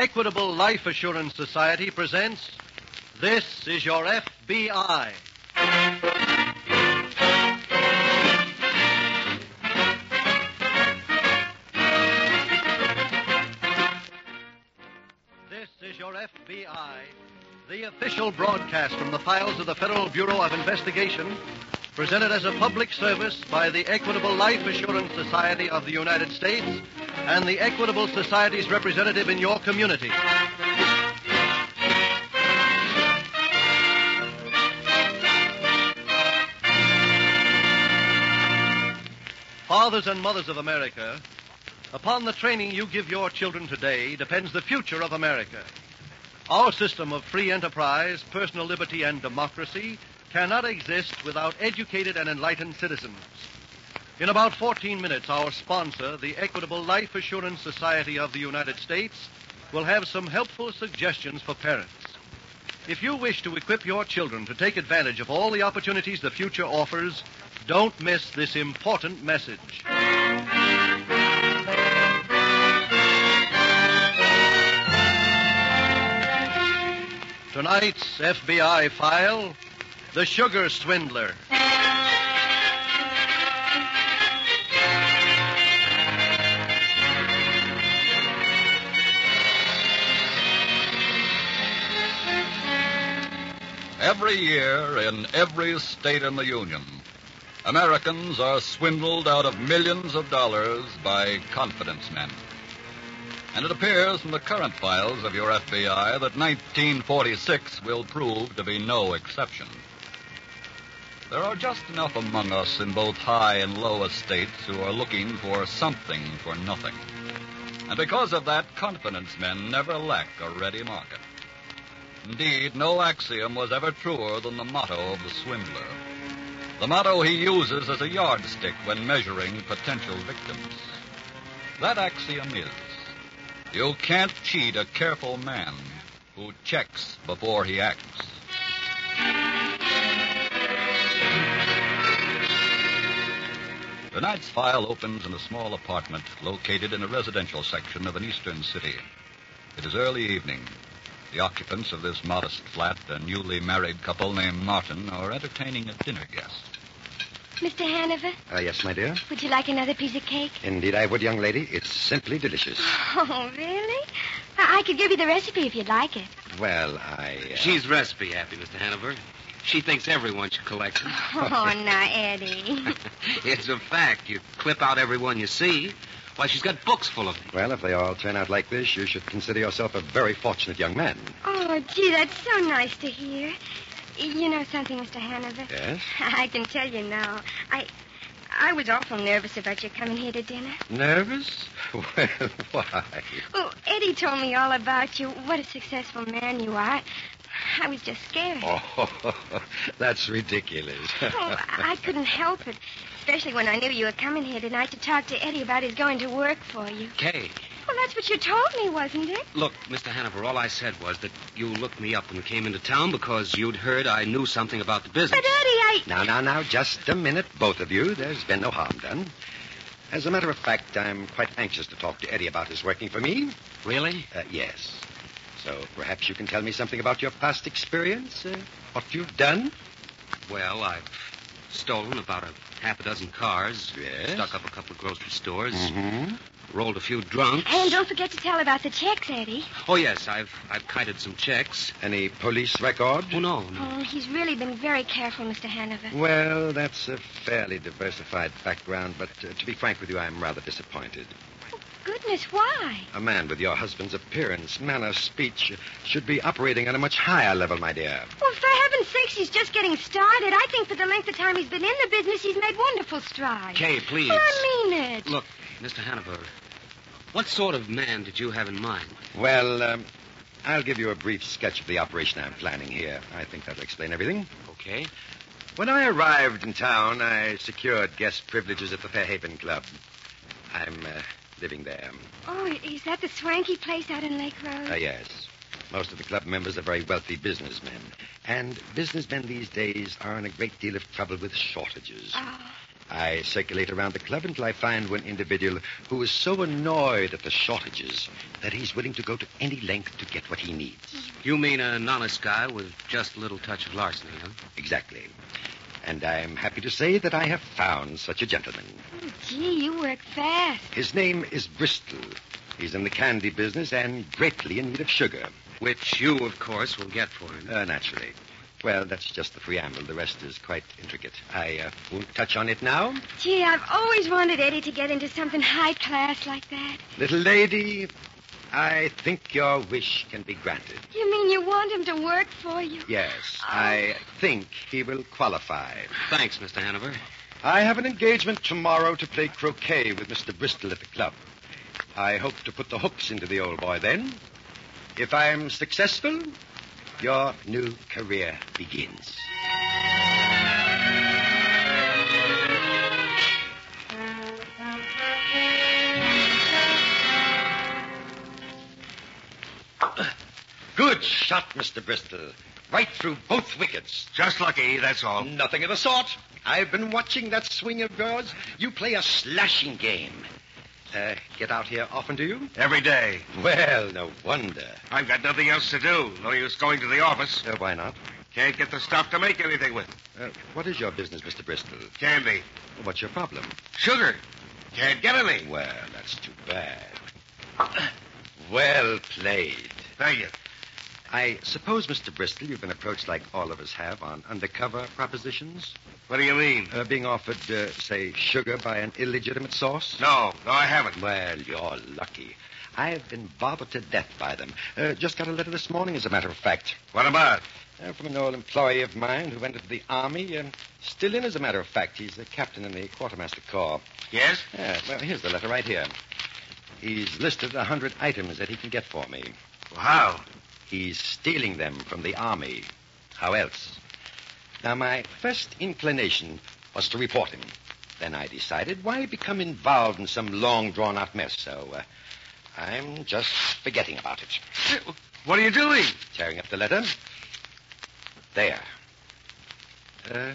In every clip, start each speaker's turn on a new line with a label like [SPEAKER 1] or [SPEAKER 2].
[SPEAKER 1] Equitable Life Assurance Society presents This is Your FBI. This is Your FBI, the official broadcast from the files of the Federal Bureau of Investigation, presented as a public service by the Equitable Life Assurance Society of the United States and the Equitable Society's representative in your community. Fathers and mothers of America, Upon the training you give your children today depends the future of America. Our system of free enterprise, personal liberty, and democracy cannot exist without educated and enlightened citizens. In about 14 minutes, our sponsor, the Equitable Life Assurance Society of the United States, will have some helpful suggestions for parents. If you wish to equip your children to take advantage of all the opportunities the future offers, don't miss this important message. Tonight's FBI file The Sugar Swindler.
[SPEAKER 2] Every year, in every state in the Union, Americans are swindled out of millions of dollars by confidence men. And it appears from the current files of your FBI that 1946 will prove to be no exception. There are just enough among us in both high and low estates who are looking for something for nothing. And because of that, confidence men never lack a ready market. Indeed, no axiom was ever truer than the motto of the swindler. The motto he uses as a yardstick when measuring potential victims. That axiom is you can't cheat a careful man who checks before he acts. Tonight's file opens in a small apartment located in a residential section of an eastern city. It is early evening. The occupants of this modest flat, a newly married couple named Martin, are entertaining a dinner guest.
[SPEAKER 3] Mr. Hanover,
[SPEAKER 4] Ah, yes, my dear.
[SPEAKER 3] would you like another piece of cake?
[SPEAKER 4] Indeed, I would, young lady. It's simply delicious.
[SPEAKER 3] Oh, really? I, I could give you the recipe if you'd like it.
[SPEAKER 4] Well, I. Uh...
[SPEAKER 5] She's recipe happy, Mr. Hanover. She thinks everyone should collect them.
[SPEAKER 3] Oh, now, Eddie.
[SPEAKER 5] it's a fact. You clip out everyone you see. Why, she's got books full of them.
[SPEAKER 4] Well, if they all turn out like this, you should consider yourself a very fortunate young man.
[SPEAKER 3] Oh, gee, that's so nice to hear. You know something, Mr. Hanover?
[SPEAKER 4] Yes?
[SPEAKER 3] I can tell you now. I I was awful nervous about you coming here to dinner.
[SPEAKER 4] Nervous? Well, why?
[SPEAKER 3] Oh, Eddie told me all about you. What a successful man you are. I was just scared.
[SPEAKER 4] Oh, that's ridiculous.
[SPEAKER 3] Oh, I couldn't help it. Especially when I knew you were coming here tonight to talk to Eddie about his going to work for you.
[SPEAKER 5] Kay,
[SPEAKER 3] Well, that's what you told me, wasn't it?
[SPEAKER 5] look, Mr. Hanover, all I said was that you looked me up when we came into town because you'd heard I knew something about the
[SPEAKER 3] But,
[SPEAKER 5] business.
[SPEAKER 3] Eddie, I.
[SPEAKER 4] Now, now, now, just a minute, both of you. There's been no harm done. As a matter of fact, I'm quite anxious to talk to Eddie about his working for me.
[SPEAKER 5] Really?
[SPEAKER 4] Uh, yes. So perhaps you can tell me something about your past experience, uh, what you've done.
[SPEAKER 5] Well, I've stolen about a half a dozen cars,
[SPEAKER 4] Yes?
[SPEAKER 5] stuck up a couple of grocery stores,
[SPEAKER 4] Mm-hmm.
[SPEAKER 5] rolled a few drunks.
[SPEAKER 3] And don't forget to tell about the checks, Eddie.
[SPEAKER 5] Oh, yes, I've I've kited some checks.
[SPEAKER 4] Any police record?
[SPEAKER 5] Oh, no, no.
[SPEAKER 3] Oh, he's really been very careful, Mr. Hanover.
[SPEAKER 4] Well, that's a fairly diversified background, but uh, to be frank with you, I'm rather disappointed.
[SPEAKER 3] Goodness, why?
[SPEAKER 4] A man with your husband's appearance, manner, speech uh, should be operating at a much higher level, my dear.
[SPEAKER 3] Well, for heaven's sakes, he's just getting started. I think for the length of time he's been in the business, he's made wonderful strides.
[SPEAKER 5] Kay, please.
[SPEAKER 3] Oh, I mean it.
[SPEAKER 5] Look, Mr. Hanover, what sort of man did you have in mind?
[SPEAKER 4] Well, um,
[SPEAKER 1] I'll give you a brief sketch of the operation I'm planning here. I think that'll explain everything.
[SPEAKER 2] Okay.
[SPEAKER 1] When I arrived in town, I secured guest privileges at the Fairhaven Club. I'm uh, living there.
[SPEAKER 3] Oh, is that the swanky place out in Lake Road?
[SPEAKER 1] Ah, yes. Most of the club members are very wealthy businessmen. And businessmen these days are in a great deal of trouble with shortages.
[SPEAKER 3] Oh,
[SPEAKER 1] I circulate around the club until I find one individual who is so annoyed at the shortages that he's willing to go to any length to get what he needs.
[SPEAKER 2] You mean an honest guy with just a little touch of larceny, huh?
[SPEAKER 1] Exactly. And I'm happy to say that I have found such a gentleman.
[SPEAKER 3] gee, you work fast.
[SPEAKER 1] His name is Bristol. He's in the candy business and greatly in need of sugar.
[SPEAKER 2] Which you, of course, will get for him.
[SPEAKER 1] Uh, naturally. Well, that's just the preamble. The rest is quite intricate. I uh, won't touch on it now.
[SPEAKER 3] Gee, I've always wanted Eddie to get into something high class like that.
[SPEAKER 1] Little lady, I think your wish can be granted.
[SPEAKER 3] You mean you want him to work for you?
[SPEAKER 1] Yes, I think he will qualify.
[SPEAKER 2] Thanks, Mr. Hanover.
[SPEAKER 1] I have an engagement tomorrow to play croquet with Mr. Bristol at the club. I hope to put the hooks into the old boy then. If I'm successful, your new career begins. Good shot, Mr. Bristol. Right through both wickets.
[SPEAKER 6] Just lucky, that's all.
[SPEAKER 1] Nothing of the sort. I've been watching that swing of yours. You play a slashing game. Uh, get out here often, do you?
[SPEAKER 6] Every day.
[SPEAKER 1] Well, no wonder.
[SPEAKER 6] I've got nothing else to do. No use going to the office.
[SPEAKER 1] Uh, why not?
[SPEAKER 6] Can't get the stuff to make anything with.
[SPEAKER 1] Uh, what is your business, Mr. Bristol?
[SPEAKER 6] Candy.
[SPEAKER 1] What's your problem?
[SPEAKER 6] Sugar. Can't get any.
[SPEAKER 1] Well, that's too bad. Well played.
[SPEAKER 6] Thank you.
[SPEAKER 1] I suppose, Mr. Bristol, you've been approached like all of us have on undercover propositions?
[SPEAKER 6] What do you mean?
[SPEAKER 1] Uh, being offered, uh, say, sugar by an illegitimate source?
[SPEAKER 6] No, no, I haven't.
[SPEAKER 1] Well, you're lucky. I've been bothered to death by them. Uh, just got a letter this morning, as a matter of fact,
[SPEAKER 6] What about?
[SPEAKER 1] uh, from an old employee of mine who went into the army. Um, still in, as a matter of fact. He's a captain in the quartermaster corps.
[SPEAKER 6] Yes?
[SPEAKER 1] Yeah, well, here's the letter right here. He's listed a hundred items that he can get for me.
[SPEAKER 6] Well, how?
[SPEAKER 1] He's stealing them from the army. How else? Now, my first inclination was to report him. Then I decided, why become involved in some long drawn out mess? So uh, I'm just forgetting about it.
[SPEAKER 6] What are you doing?
[SPEAKER 1] Tearing up the letter. There. Uh,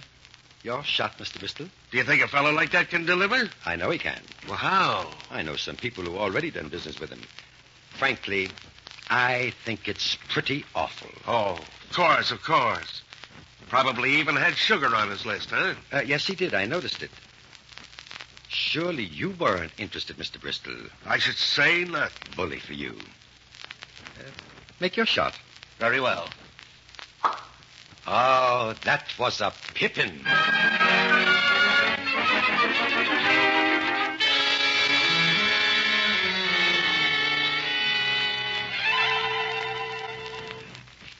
[SPEAKER 1] your shot, Mr. Bristol.
[SPEAKER 6] Do you think a fellow like that can deliver?
[SPEAKER 1] I know he can.
[SPEAKER 6] Well, how?
[SPEAKER 1] I know some people who already done business with him. Frankly, I think it's pretty awful.
[SPEAKER 6] Oh, of course, of course. Probably even had sugar on his list, huh?
[SPEAKER 1] Uh, yes, he did. I noticed it. Surely you weren't interested, Mr. Bristol.
[SPEAKER 6] I should say not.
[SPEAKER 1] Bully for you. Uh, make your shot.
[SPEAKER 6] Very well.
[SPEAKER 1] Oh, that was a pippin.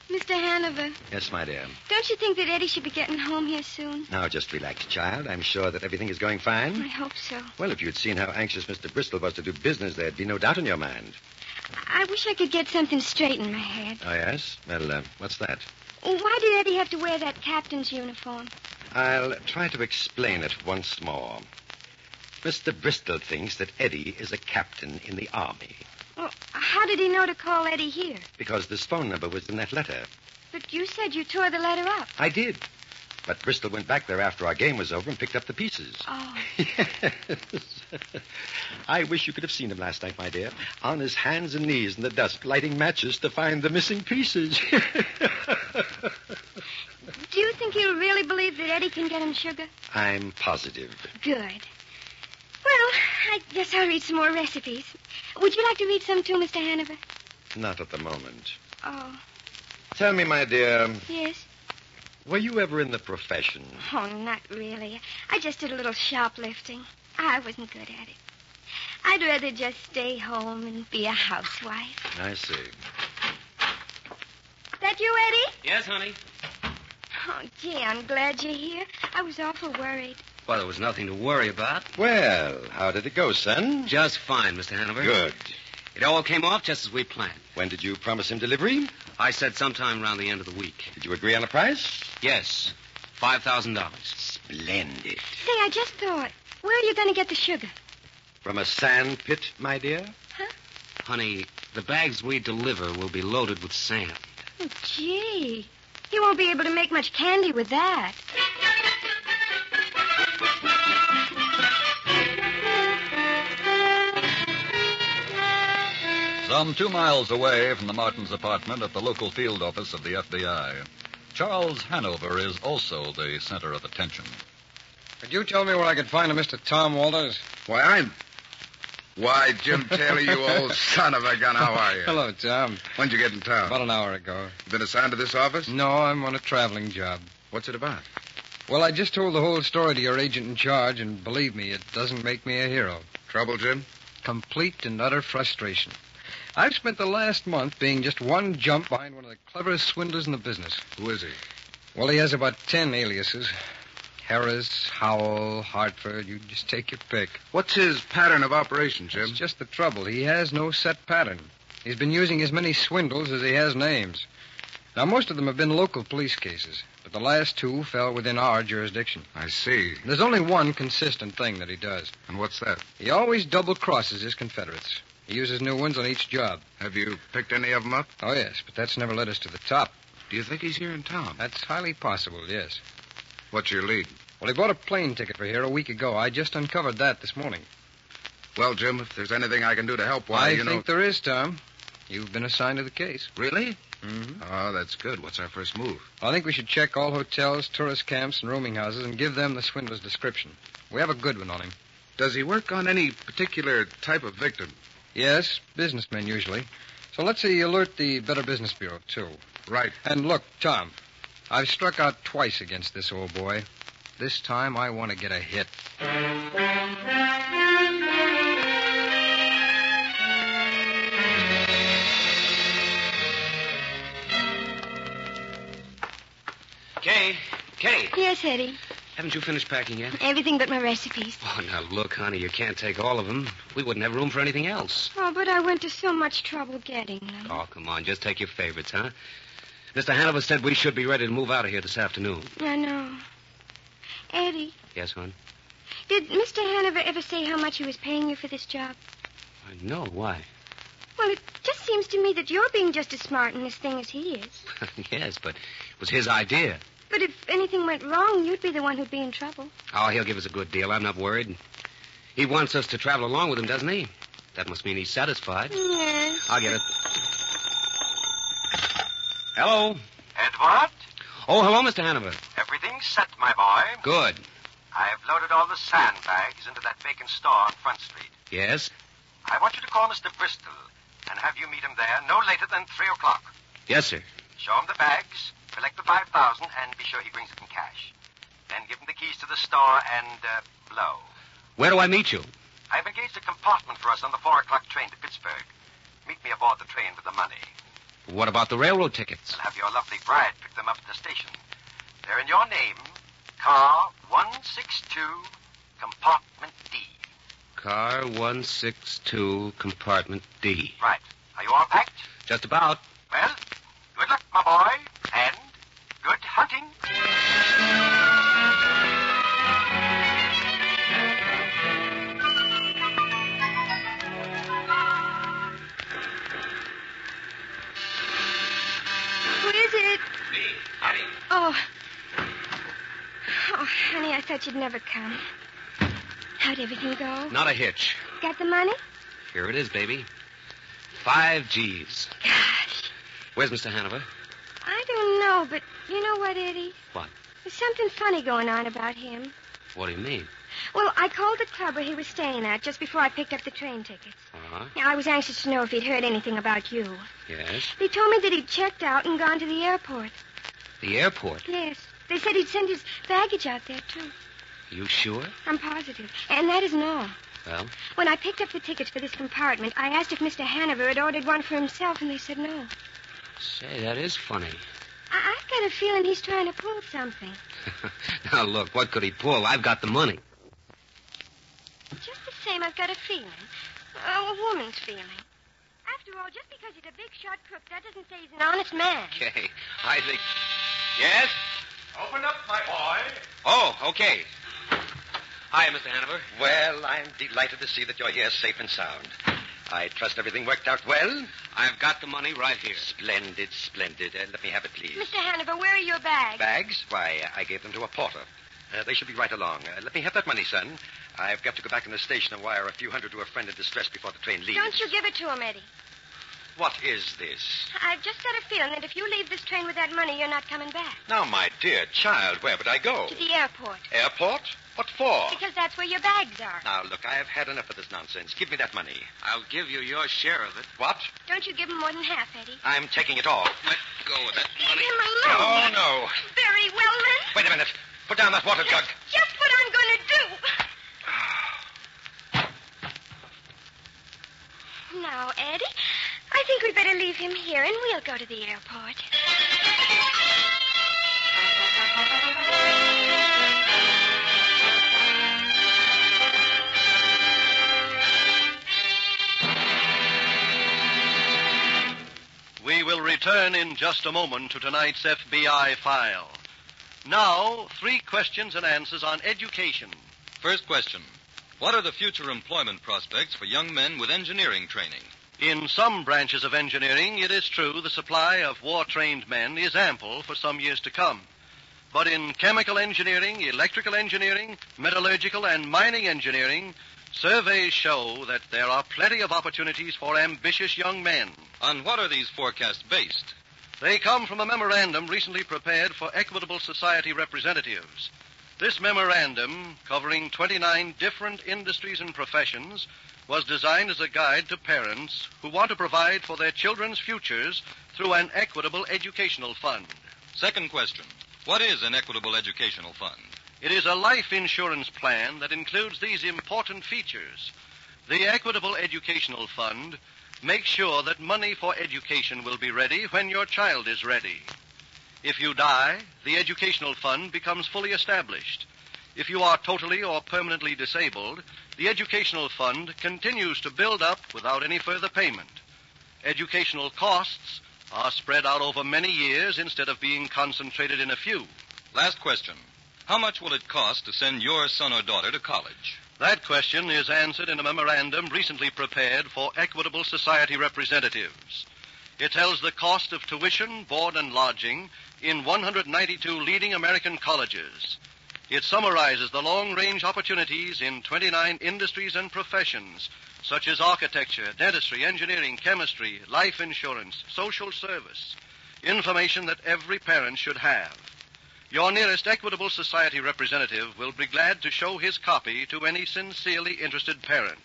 [SPEAKER 3] Mr. Hanover,
[SPEAKER 1] Yes, my dear.
[SPEAKER 3] don't you think that Eddie should be getting home here soon?
[SPEAKER 1] Now just relax, child. I'm sure that everything is going
[SPEAKER 3] I
[SPEAKER 1] fine.
[SPEAKER 3] hope so.
[SPEAKER 1] Well, if you'd seen how anxious Mr. Bristol was to do business, there'd be no doubt in your mind.
[SPEAKER 3] I wish I could get something straight in my head.
[SPEAKER 1] Oh, yes? Well, uh, what's that?
[SPEAKER 3] Why did Eddie have to wear that captain's uniform?
[SPEAKER 1] I'll try to explain it once more. Mr. Bristol thinks that Eddie is a captain in the army
[SPEAKER 3] Well, how did he know to call Eddie here?
[SPEAKER 1] because this phone number was in that letter.
[SPEAKER 3] But you said you tore the letter up.
[SPEAKER 1] I did. But Bristol went back there after our game was over and picked up the pieces.
[SPEAKER 3] Oh.
[SPEAKER 1] Yes. I wish you could have seen him last night, my dear. On his hands and knees in the dusk, lighting matches to find the missing pieces.
[SPEAKER 3] Do you think you really believe that Eddie can get him sugar?
[SPEAKER 1] I'm positive.
[SPEAKER 3] Good. Well, I guess I'll read some more recipes. Would you like to read some too, Mr. Hanover?
[SPEAKER 1] Not at the moment.
[SPEAKER 3] Oh,
[SPEAKER 1] Tell me, my dear,
[SPEAKER 3] yes.
[SPEAKER 1] were you ever in the profession?
[SPEAKER 3] Oh, not really. I just did a little shoplifting. I wasn't good at it. I'd rather just stay home and be a housewife.
[SPEAKER 1] I see.
[SPEAKER 3] That you, Eddie?
[SPEAKER 2] Yes, honey.
[SPEAKER 3] Oh, gee, I'm glad you're here. I was awful worried.
[SPEAKER 2] Well, there was nothing to worry about.
[SPEAKER 1] Well, how did it go, son?
[SPEAKER 2] Just fine, Mr. Hanover.
[SPEAKER 1] Good.
[SPEAKER 6] It all came off just as we planned.
[SPEAKER 7] When did you promise him delivery?
[SPEAKER 6] I said sometime around the end of the week.
[SPEAKER 7] Did you agree on a price?
[SPEAKER 6] Yes, $5,000.
[SPEAKER 7] Splendid.
[SPEAKER 3] Say, I just thought, where are you going to get the sugar?
[SPEAKER 7] From a sand pit, my dear?
[SPEAKER 6] Honey, the bags we deliver will be loaded with sand.
[SPEAKER 3] Oh, gee. You won't be able to make much candy with that.
[SPEAKER 8] Some two miles away from the Martins' apartment at the local field office of the FBI, Charles Hanover is also the center of attention.
[SPEAKER 2] Could you tell me where I could find a Mr. Tom Walters?
[SPEAKER 9] Why, I'm. Why, Jim Taylor, you old son of a gun, how are you?
[SPEAKER 2] Hello, Tom.
[SPEAKER 9] When'd you get in town?
[SPEAKER 2] About an hour ago.
[SPEAKER 9] Been assigned to this office?
[SPEAKER 2] No, I'm on a traveling job.
[SPEAKER 9] What's it about?
[SPEAKER 2] Well, I just told the whole story to your agent in charge, and believe me, it doesn't make me a hero.
[SPEAKER 9] Trouble, Jim?
[SPEAKER 2] Complete and utter frustration. I've spent the last month being just one jump behind one of the cleverest swindlers in the business.
[SPEAKER 9] Who is he?
[SPEAKER 2] Well, he has about ten aliases Harris, Howell, Hartford. You just take your pick.
[SPEAKER 9] What's his pattern of operation, Jim?
[SPEAKER 2] It's just the trouble. He has no set pattern. He's been using as many swindles as he has names. Now, most of them have been local police cases, but the last two fell within our jurisdiction.
[SPEAKER 9] I see.
[SPEAKER 2] There's only one consistent thing that he does.
[SPEAKER 9] And what's that?
[SPEAKER 2] He always double crosses his Confederates. He uses new ones on each job.
[SPEAKER 9] Have you picked any of them up?
[SPEAKER 2] Oh, yes, but that's never led us to the top.
[SPEAKER 9] Do you think he's here in town?
[SPEAKER 2] That's highly possible, yes.
[SPEAKER 9] What's your lead?
[SPEAKER 2] Well, he bought a plane ticket for here a week ago. I just uncovered that this morning.
[SPEAKER 9] Well, Jim, if there's anything I can do to help, why,
[SPEAKER 2] I
[SPEAKER 9] you know.
[SPEAKER 2] think there is, Tom. You've been assigned to the case.
[SPEAKER 9] Really?
[SPEAKER 2] Mm-hmm.
[SPEAKER 9] Oh, that's good. What's our first move?
[SPEAKER 2] I think we should check all hotels, tourist camps, and rooming houses and give them the swindler's description. We have a good one on him.
[SPEAKER 9] Does he work on any particular type of victim?
[SPEAKER 2] Yes, businessmen usually. So let's see, alert the Better Business Bureau, too.
[SPEAKER 9] Right.
[SPEAKER 2] And look, Tom, I've struck out twice against this old boy. This time I want to get a hit.
[SPEAKER 6] Kay, Kay,
[SPEAKER 3] Yes, Eddie.
[SPEAKER 6] haven't you finished packing yet?
[SPEAKER 3] Everything but my recipes.
[SPEAKER 6] Oh, now look, honey, you can't take all of them. We wouldn't have room for anything else.
[SPEAKER 3] Oh, but I went to so much trouble getting them.
[SPEAKER 6] Oh, come on, just take your favorites, huh? Mr. Hanover said we should be ready to move out of here this afternoon.
[SPEAKER 3] I know. Eddie,
[SPEAKER 6] Yes, hon?
[SPEAKER 3] did Mr. Hanover ever say how much he was paying you for this job?
[SPEAKER 6] I know. Why?
[SPEAKER 3] Well, it just seems to me that you're being just as smart in this thing as he is.
[SPEAKER 6] yes, but it was his idea.
[SPEAKER 3] But if anything went wrong, you'd be the one who'd be in trouble.
[SPEAKER 6] Oh, he'll give us a good deal. I'm not worried. He wants us to travel along with him, doesn't he? That must mean he's satisfied.
[SPEAKER 3] Yes.
[SPEAKER 6] I'll get it. Hello.
[SPEAKER 10] Edward,
[SPEAKER 6] Oh, hello, Mr. Hanover.
[SPEAKER 10] everything's set, my boy.
[SPEAKER 6] Good.
[SPEAKER 10] I've loaded all the sandbags into that vacant store on Front Street.
[SPEAKER 6] Yes?
[SPEAKER 10] I want you to call Mr. Bristol and have you meet him there no later than 3 o'clock.
[SPEAKER 6] Yes, sir.
[SPEAKER 10] Show him the bags, collect the 5000 and be sure he brings it in cash. Then give him the keys to the store and uh, blow.
[SPEAKER 6] Where do I meet you?
[SPEAKER 10] I've engaged a compartment for us on the 4 o'clock train to Pittsburgh. Meet me aboard the train with the money.
[SPEAKER 6] What about the railroad tickets?
[SPEAKER 10] I'll have your lovely bride pick them up at the station. They're in your name, car 162, compartment D.
[SPEAKER 6] Car 162, compartment D.
[SPEAKER 10] Right. Are you all packed?
[SPEAKER 6] Just about.
[SPEAKER 10] Well, good luck, my boy, and good hunting.
[SPEAKER 3] Who is it? Oh. Oh, honey, I thought you'd never come. How'd everything go?
[SPEAKER 6] Not a hitch.
[SPEAKER 3] Got the money?
[SPEAKER 6] Here it is, baby. Five G's.
[SPEAKER 3] Gosh.
[SPEAKER 6] Where's Mr. Hanover?
[SPEAKER 3] I don't know, but you know what, Eddie?
[SPEAKER 6] What?
[SPEAKER 3] There's something funny going on about him.
[SPEAKER 6] What do you mean?
[SPEAKER 3] Well, I called the club where he was staying at just before I picked up the train tickets.
[SPEAKER 6] Uh-huh.
[SPEAKER 3] Now, I was anxious to know if he'd heard anything about you.
[SPEAKER 6] Yes.
[SPEAKER 3] They told me that he'd checked out and gone to the airport.
[SPEAKER 6] The airport.
[SPEAKER 3] Yes. They said he'd send his baggage out there, too.
[SPEAKER 6] You sure?
[SPEAKER 3] I'm positive. And that isn't all.
[SPEAKER 6] Well,
[SPEAKER 3] When I picked up the tickets for this compartment, I asked if Mr. Hanover had ordered one for himself, and they said no.
[SPEAKER 6] say, that is funny.
[SPEAKER 3] I- I've got a feeling he's trying to pull something.
[SPEAKER 6] now, look, what could he pull? I've got the money.
[SPEAKER 3] Just the same, I've got a feeling. A Oh, woman's feeling. After all, just because he's a big shot crook, that doesn't say he's an honest man.
[SPEAKER 6] Okay. I think. Yes?
[SPEAKER 11] Open up, my boy.
[SPEAKER 4] Oh, okay.
[SPEAKER 6] Hi, Mr. Hanover.
[SPEAKER 4] Well, I'm delighted to see that you're here safe and sound. I trust everything worked out well.
[SPEAKER 6] I've got the money right here.
[SPEAKER 4] Splendid, splendid. Uh, let me have it, please.
[SPEAKER 3] Mr. Hanover, where are your bags?
[SPEAKER 4] Bags? Why, I gave them to a porter. Uh, they should be right along. Uh, let me have that money, son. I've got to go back in the station and wire a few hundred to a friend in distress before the train leaves.
[SPEAKER 3] Don't you give it to him, Eddie.
[SPEAKER 4] What is this?
[SPEAKER 3] I've just got a feeling that if you leave this train with that money, you're not coming back.
[SPEAKER 4] Now, my dear child, where would I go?
[SPEAKER 3] To the airport.
[SPEAKER 4] Airport? What for?
[SPEAKER 3] Because that's where your bags are.
[SPEAKER 4] Now, look, I have had enough of this nonsense. Give me that money.
[SPEAKER 6] I'll give you your share of it.
[SPEAKER 4] What?
[SPEAKER 3] Don't you give him more than half, Eddie.
[SPEAKER 4] I'm taking it all.
[SPEAKER 6] Let go of that
[SPEAKER 3] Leave
[SPEAKER 6] money.
[SPEAKER 3] him
[SPEAKER 4] Oh,
[SPEAKER 3] alone.
[SPEAKER 4] no.
[SPEAKER 3] Very well, then.
[SPEAKER 4] Wait a minute. Put down that water jug.
[SPEAKER 3] Just what I'm going to do. Now, Eddie, I think we'd better leave him here and we'll go to the airport.
[SPEAKER 1] We will return in just a moment to tonight's FBI file. Now, three questions and answers on education.
[SPEAKER 12] First question What are the future employment prospects for young men with engineering training?
[SPEAKER 1] In some branches of engineering, it is true the supply of war trained men is ample for some years to come. But in chemical engineering, electrical engineering, metallurgical, and mining engineering, surveys show that there are plenty of opportunities for ambitious young men.
[SPEAKER 12] On what are these forecasts based?
[SPEAKER 1] They come from a memorandum recently prepared for Equitable Society representatives. This memorandum, covering 29 different industries and professions, was designed as a guide to parents who want to provide for their children's futures through an equitable educational fund.
[SPEAKER 12] Second question What is an equitable educational fund?
[SPEAKER 1] It is a life insurance plan that includes these important features. The Equitable Educational Fund makes sure that money for education will be ready when your child is ready. If you die, the Educational Fund becomes fully established. If you are totally or permanently disabled, the Educational Fund continues to build up without any further payment. Educational costs are spread out over many years instead of being concentrated in a few.
[SPEAKER 12] Last question How much will it cost to send your son or daughter to college?
[SPEAKER 1] That question is answered in a memorandum recently prepared for Equitable Society representatives. It tells the cost of tuition, board, and lodging in 192 leading American colleges. It summarizes the long range opportunities in 29 industries and professions, such as architecture, dentistry, engineering, chemistry, life insurance, social service. Information that every parent should have. Your nearest Equitable Society representative will be glad to show his copy to any sincerely interested parent.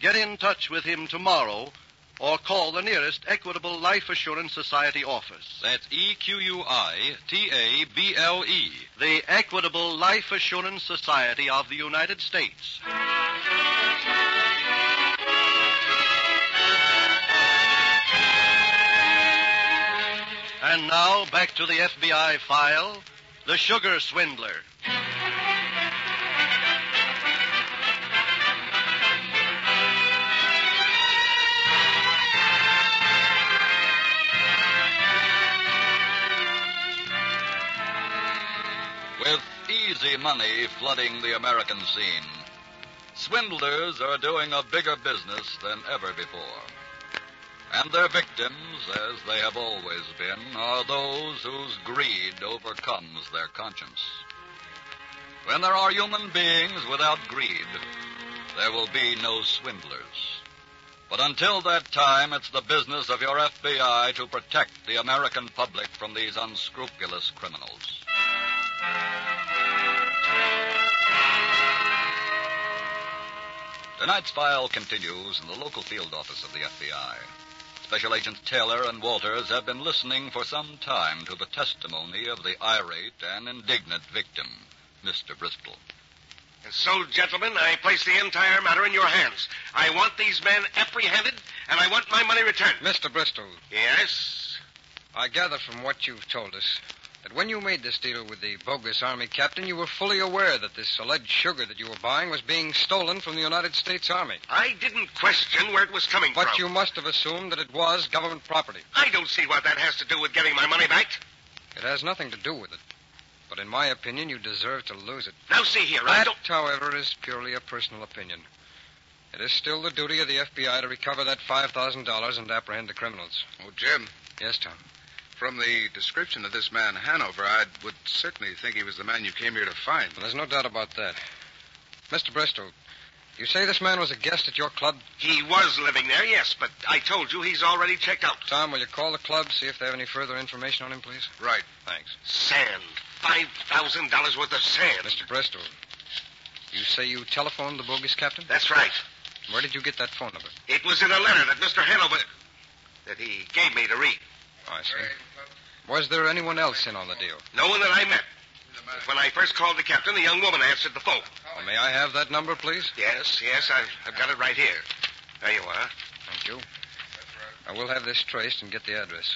[SPEAKER 1] Get in touch with him tomorrow or call the nearest Equitable Life Assurance Society office.
[SPEAKER 12] That's E Q U I T A B L E.
[SPEAKER 1] The Equitable Life Assurance Society of the United States. And now, back to the FBI file The Sugar Swindler.
[SPEAKER 10] With easy money flooding the American scene, swindlers are doing a bigger business than ever before. And their victims, as they have always been, are those whose greed overcomes their conscience. When there are human beings without greed, there will be no swindlers. But until that time, it's the business of your FBI to protect the American public from these unscrupulous criminals. Tonight's file continues in the local field office of the FBI. Special Agents Taylor and Walters have been listening for some time to the testimony of the irate and indignant victim, Mr. Bristol.
[SPEAKER 11] And so, gentlemen, I place the entire matter in your hands. I want these men apprehended, and I want my money returned.
[SPEAKER 2] Mr. Bristol,
[SPEAKER 11] Yes?
[SPEAKER 2] I gather from what you've told us that when you made this deal with the bogus Army captain, you were fully aware that this alleged sugar that you were buying was being stolen from the United States Army.
[SPEAKER 1] I didn't question where it was coming
[SPEAKER 2] But
[SPEAKER 1] from.
[SPEAKER 2] you must have assumed that it was government property.
[SPEAKER 1] I don't see what that has to do with getting my money back.
[SPEAKER 2] It has nothing to do with it. But in my opinion, you deserve to lose it.
[SPEAKER 1] Now, see here, I
[SPEAKER 2] That,
[SPEAKER 1] don't.
[SPEAKER 2] however, is purely a personal opinion. It is still the duty of the FBI to recover that $5,000 and apprehend the criminals.
[SPEAKER 10] Oh, Jim,
[SPEAKER 2] Yes, Tom.
[SPEAKER 10] from the description of this man Hanover, I would certainly think he was the man you came here to find.
[SPEAKER 2] Well, there's no doubt about that. Mr. Bristol, you say this man was a guest at your club?
[SPEAKER 1] He was living there, yes, but I told you he's already checked out.
[SPEAKER 2] Tom, will you call the club, see if they have any further information on him, please?
[SPEAKER 10] Right.
[SPEAKER 2] Thanks.
[SPEAKER 1] Sand. $5,000 worth of sand.
[SPEAKER 2] Mr. Bristol, you say you telephoned the bogus captain?
[SPEAKER 1] That's right.
[SPEAKER 2] Where did you get that phone number?
[SPEAKER 1] It was in a letter that Mr. Hanover. that he gave me to read.
[SPEAKER 2] Oh, I see. Was there anyone else in on the deal?
[SPEAKER 1] No one that I met. But when I first called the captain, the young woman answered the phone.
[SPEAKER 2] Well, may I have that number, please?
[SPEAKER 1] Yes, yes, I've, I've got it right here. There you are.
[SPEAKER 2] Thank you. I will have this traced and get the address.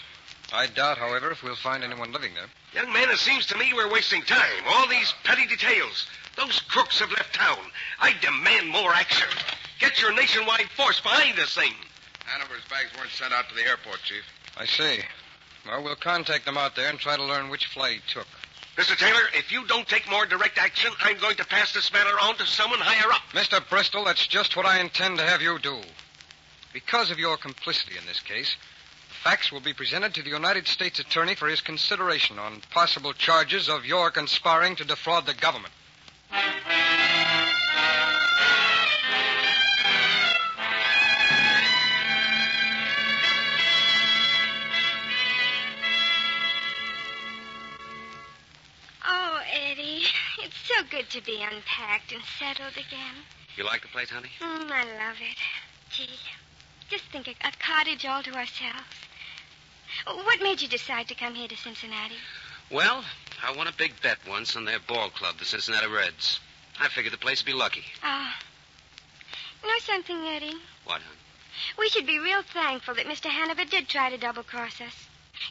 [SPEAKER 2] I doubt, however, if we'll find anyone living there.
[SPEAKER 1] Young man, it seems to me we're wasting time. All these petty details. Those crooks have left town. I demand more action. Get your nationwide force behind this thing.
[SPEAKER 10] Hanover's bags weren't sent out to the airport, Chief.
[SPEAKER 2] I see. Well, we'll contact them out there and try to learn which flight he took.
[SPEAKER 1] Mr. Taylor, if you don't take more direct action, I'm going to pass this matter on to someone higher up.
[SPEAKER 2] Mr. Bristol, that's just what I intend to have you do. Because of your complicity in this case, the facts will be presented to the United States Attorney for his consideration on possible charges of your conspiring to defraud the government.
[SPEAKER 3] Oh, Eddie, it's so good to be unpacked and settled again.
[SPEAKER 6] You like the place, honey?
[SPEAKER 3] Mm, I love it. Gee, just think a, a cottage all to ourselves. What made you decide to come here to Cincinnati?
[SPEAKER 6] Well, I won a big bet once on their ball club, the Cincinnati Reds. I figured the place would be lucky.
[SPEAKER 3] Oh. You know something, Eddie?
[SPEAKER 6] What, honey?
[SPEAKER 3] We should be real thankful that Mr. Hanover did try to double cross us.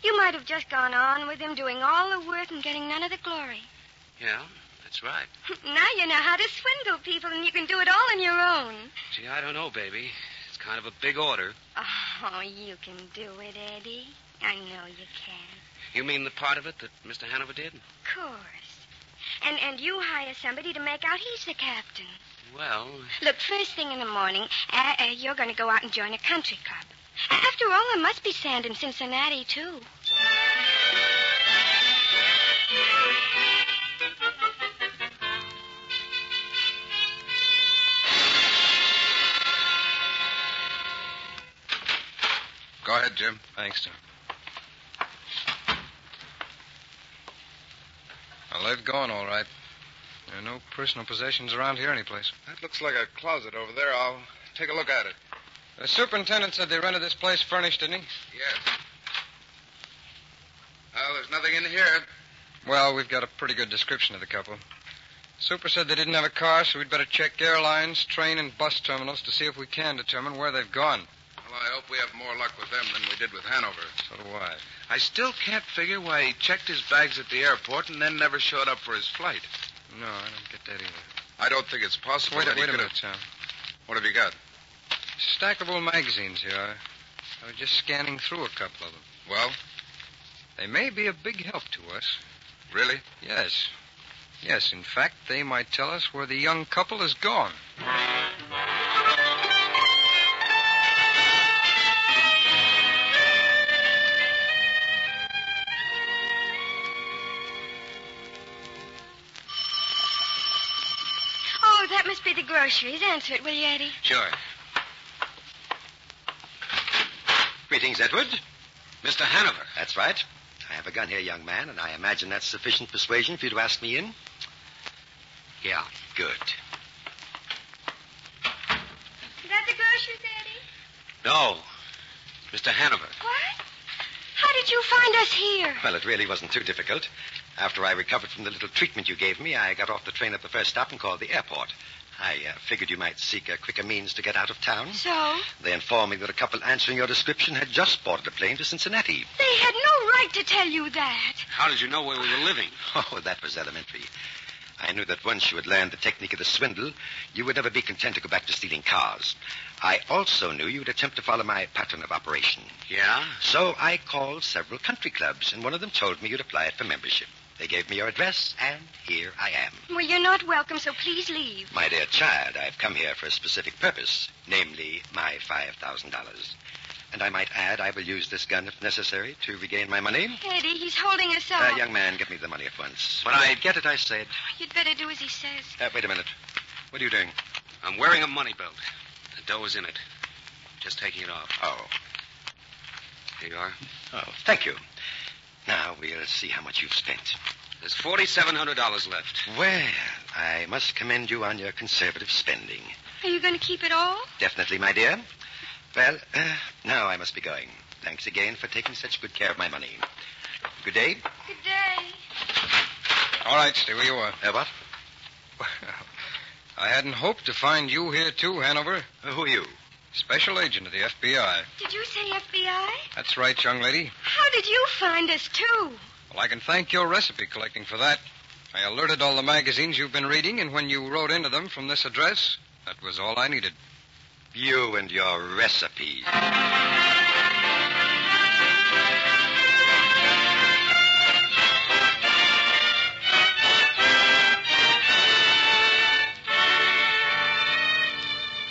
[SPEAKER 3] You might have just gone on with him doing all the work and getting none of the glory.
[SPEAKER 6] Yeah, that's right.
[SPEAKER 3] now you know how to swindle people, and you can do it all on your own.
[SPEAKER 6] Gee, I don't know, baby. It's kind of a big order.
[SPEAKER 3] Oh, you can do it, Eddie. I know you can.
[SPEAKER 6] You mean the part of it that Mr. Hanover did?
[SPEAKER 3] Of course. And and you hire somebody to make out he's the captain.
[SPEAKER 6] Well,
[SPEAKER 3] Look, first thing in the morning, uh, uh, you're going to go out and join a country club. After all, there must be sand in Cincinnati too.
[SPEAKER 10] Go ahead, Jim.
[SPEAKER 2] Thanks, Tom. Well, they've gone all right. There are no personal possessions around here anyplace.
[SPEAKER 10] That looks like a closet over there. I'll take a look at it.
[SPEAKER 2] The superintendent said they rented this place furnished, didn't he?
[SPEAKER 10] Yes. Well, there's nothing in here.
[SPEAKER 2] Well, we've got a pretty good description of the couple. Super said they didn't have a car, so we'd better check airlines, train, and bus terminals to see if we can determine where they've gone.
[SPEAKER 10] Well, I hope we have more luck with them than we did with Hanover.
[SPEAKER 2] So do I.
[SPEAKER 10] I still can't figure why he checked his bags at the airport and then never showed up for his flight.
[SPEAKER 2] No, I don't get that either.
[SPEAKER 10] I don't think it's possible.
[SPEAKER 2] Wait,
[SPEAKER 10] that
[SPEAKER 2] a
[SPEAKER 10] he
[SPEAKER 2] wait a
[SPEAKER 10] could
[SPEAKER 2] minute,
[SPEAKER 10] have-
[SPEAKER 2] Tom.
[SPEAKER 10] What have you got?
[SPEAKER 2] Stack of old magazines here. I, I was just scanning through a couple of them.
[SPEAKER 10] Well,
[SPEAKER 2] They may be a big help to us.
[SPEAKER 10] really?
[SPEAKER 2] Yes. Yes, in fact, they might tell us where the young couple has gone.
[SPEAKER 3] Oh, that must be the groceries. Answer it, will you, Eddie?
[SPEAKER 6] sure.
[SPEAKER 13] Greetings, Edward.
[SPEAKER 6] Mr. Hanover.
[SPEAKER 13] That's right. I have a gun here, young man, and I imagine that's sufficient persuasion for you to ask me in.
[SPEAKER 6] Yeah.
[SPEAKER 13] Good.
[SPEAKER 3] Is that the groceries, Eddie?
[SPEAKER 6] No. Mr. Hanover.
[SPEAKER 3] What? How did you find us here?
[SPEAKER 13] Well, it really wasn't too difficult. After I recovered from the little treatment you gave me, I got off the train at the first stop and called the airport. I uh, figured you might seek a quicker means to get out of town.
[SPEAKER 3] So?
[SPEAKER 13] They informed me that a couple answering your description had just boarded a plane to Cincinnati.
[SPEAKER 3] They had no right to tell you that.
[SPEAKER 6] How did you know where we were living?
[SPEAKER 4] Oh, that was elementary. I knew that once you had learned the technique of the swindle, you would never be content to go back to stealing cars. I also knew you'd attempt to follow my pattern of operation.
[SPEAKER 6] Yeah?
[SPEAKER 4] So I called several country clubs, and one of them told me you'd applied for membership. They gave me your address, and here I am.
[SPEAKER 3] Well, you're not welcome, so please leave.
[SPEAKER 4] My dear child, I've come here for a specific purpose, namely my $5,000. And I might add, I will use this gun if necessary to regain my money.
[SPEAKER 3] Eddie, he's holding us up.
[SPEAKER 4] Uh, young man, give me the money at once. When I get it, I say it.
[SPEAKER 3] You'd better do as he says.
[SPEAKER 4] Uh, wait a minute. What are you doing?
[SPEAKER 6] I'm wearing a money belt. The dough is in it. Just taking it off.
[SPEAKER 4] Oh.
[SPEAKER 6] Here you are.
[SPEAKER 4] Oh, thank you. Now we'll see how much you've spent.
[SPEAKER 6] There's $4,700 left.
[SPEAKER 4] Well, I must commend you on your conservative spending.
[SPEAKER 3] Are you going to keep it all?
[SPEAKER 4] Definitely, my dear. Well, uh, now I must be going. Thanks again for taking such good care of my money. Good day.
[SPEAKER 3] Good day.
[SPEAKER 2] All right, stay where you are.
[SPEAKER 4] Uh, what?
[SPEAKER 2] Well, I hadn't hoped to find you here, too, Hanover.
[SPEAKER 4] Uh, who are you?
[SPEAKER 2] Special agent of the FBI.
[SPEAKER 3] Did you say FBI?
[SPEAKER 2] That's right, young lady.
[SPEAKER 3] How did you find us, too?
[SPEAKER 2] Well, I can thank your recipe collecting for that. I alerted all the magazines you've been reading, and when you wrote into them from this address, that was all I needed.
[SPEAKER 4] You and your recipe.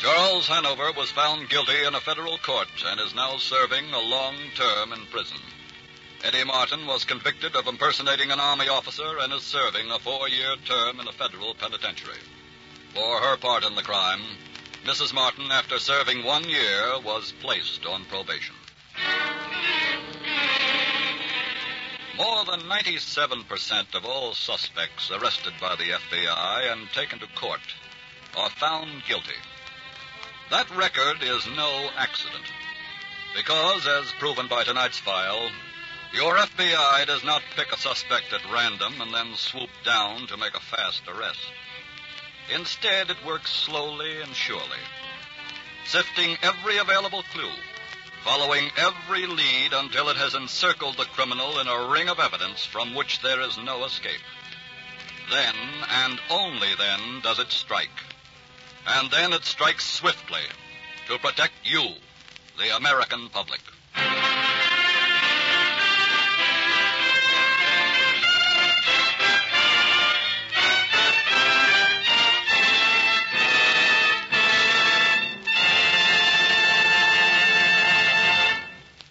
[SPEAKER 10] Charles Hanover was found guilty in a federal court and is now serving a long term in prison. Eddie Martin was convicted of impersonating an Army officer and is serving a four year term in a federal penitentiary. For her part in the crime, Mrs. Martin, after serving one year, was placed on probation. More than 97% of all suspects arrested by the FBI and taken to court are found guilty. That record is no accident. Because, as proven by tonight's file, your FBI does not pick a suspect at random and then swoop down to make a fast arrest. Instead, it works slowly and surely, sifting every available clue, following every lead until it has encircled the criminal in a ring of evidence from which there is no escape. Then, and only then, does it strike. And then it strikes swiftly to protect you, the American public.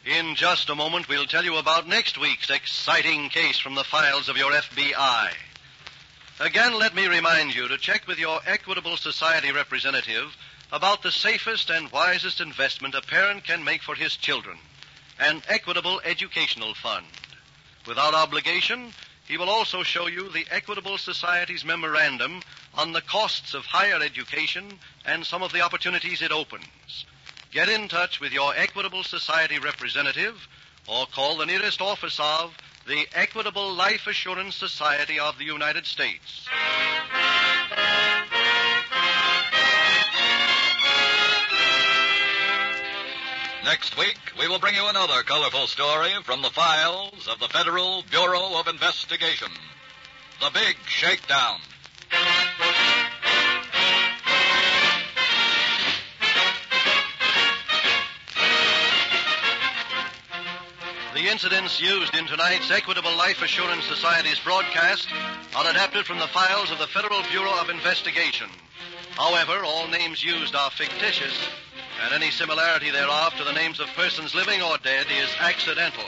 [SPEAKER 1] In just a moment, we'll tell you about next week's exciting case from the files of your FBI. Again, let me remind you to check with your Equitable Society representative about the safest and wisest investment a parent can make for his children an Equitable Educational Fund. Without obligation, he will also show you the Equitable Society's memorandum on the costs of higher education and some of the opportunities it opens. Get in touch with your Equitable Society representative or call the nearest office of the Equitable Life Assurance Society of the United States.
[SPEAKER 10] Next week, we will bring you another colorful story from the files of the Federal Bureau of Investigation The Big Shakedown.
[SPEAKER 1] The incidents used in tonight's Equitable Life Assurance Society's broadcast are adapted from the files of the Federal Bureau of Investigation. However, all names used are fictitious, and any similarity thereof to the names of persons living or dead is accidental.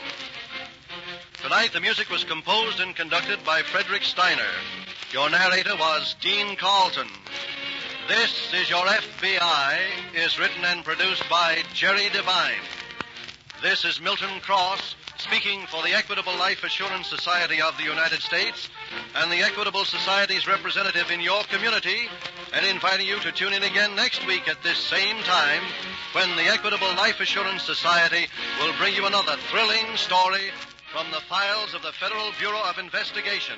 [SPEAKER 1] Tonight, the music was composed and conducted by Frederick Steiner. Your narrator was Dean Carlton. This is Your FBI is written and produced by Jerry Devine. This is Milton Cross speaking for the Equitable Life Assurance Society of the United States and the Equitable Society's representative in your community and inviting you to tune in again next week at this same time when the Equitable Life Assurance Society will bring you another thrilling story from the files of the Federal Bureau of Investigation.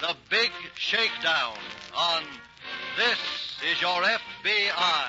[SPEAKER 1] The Big Shakedown on This is Your FBI.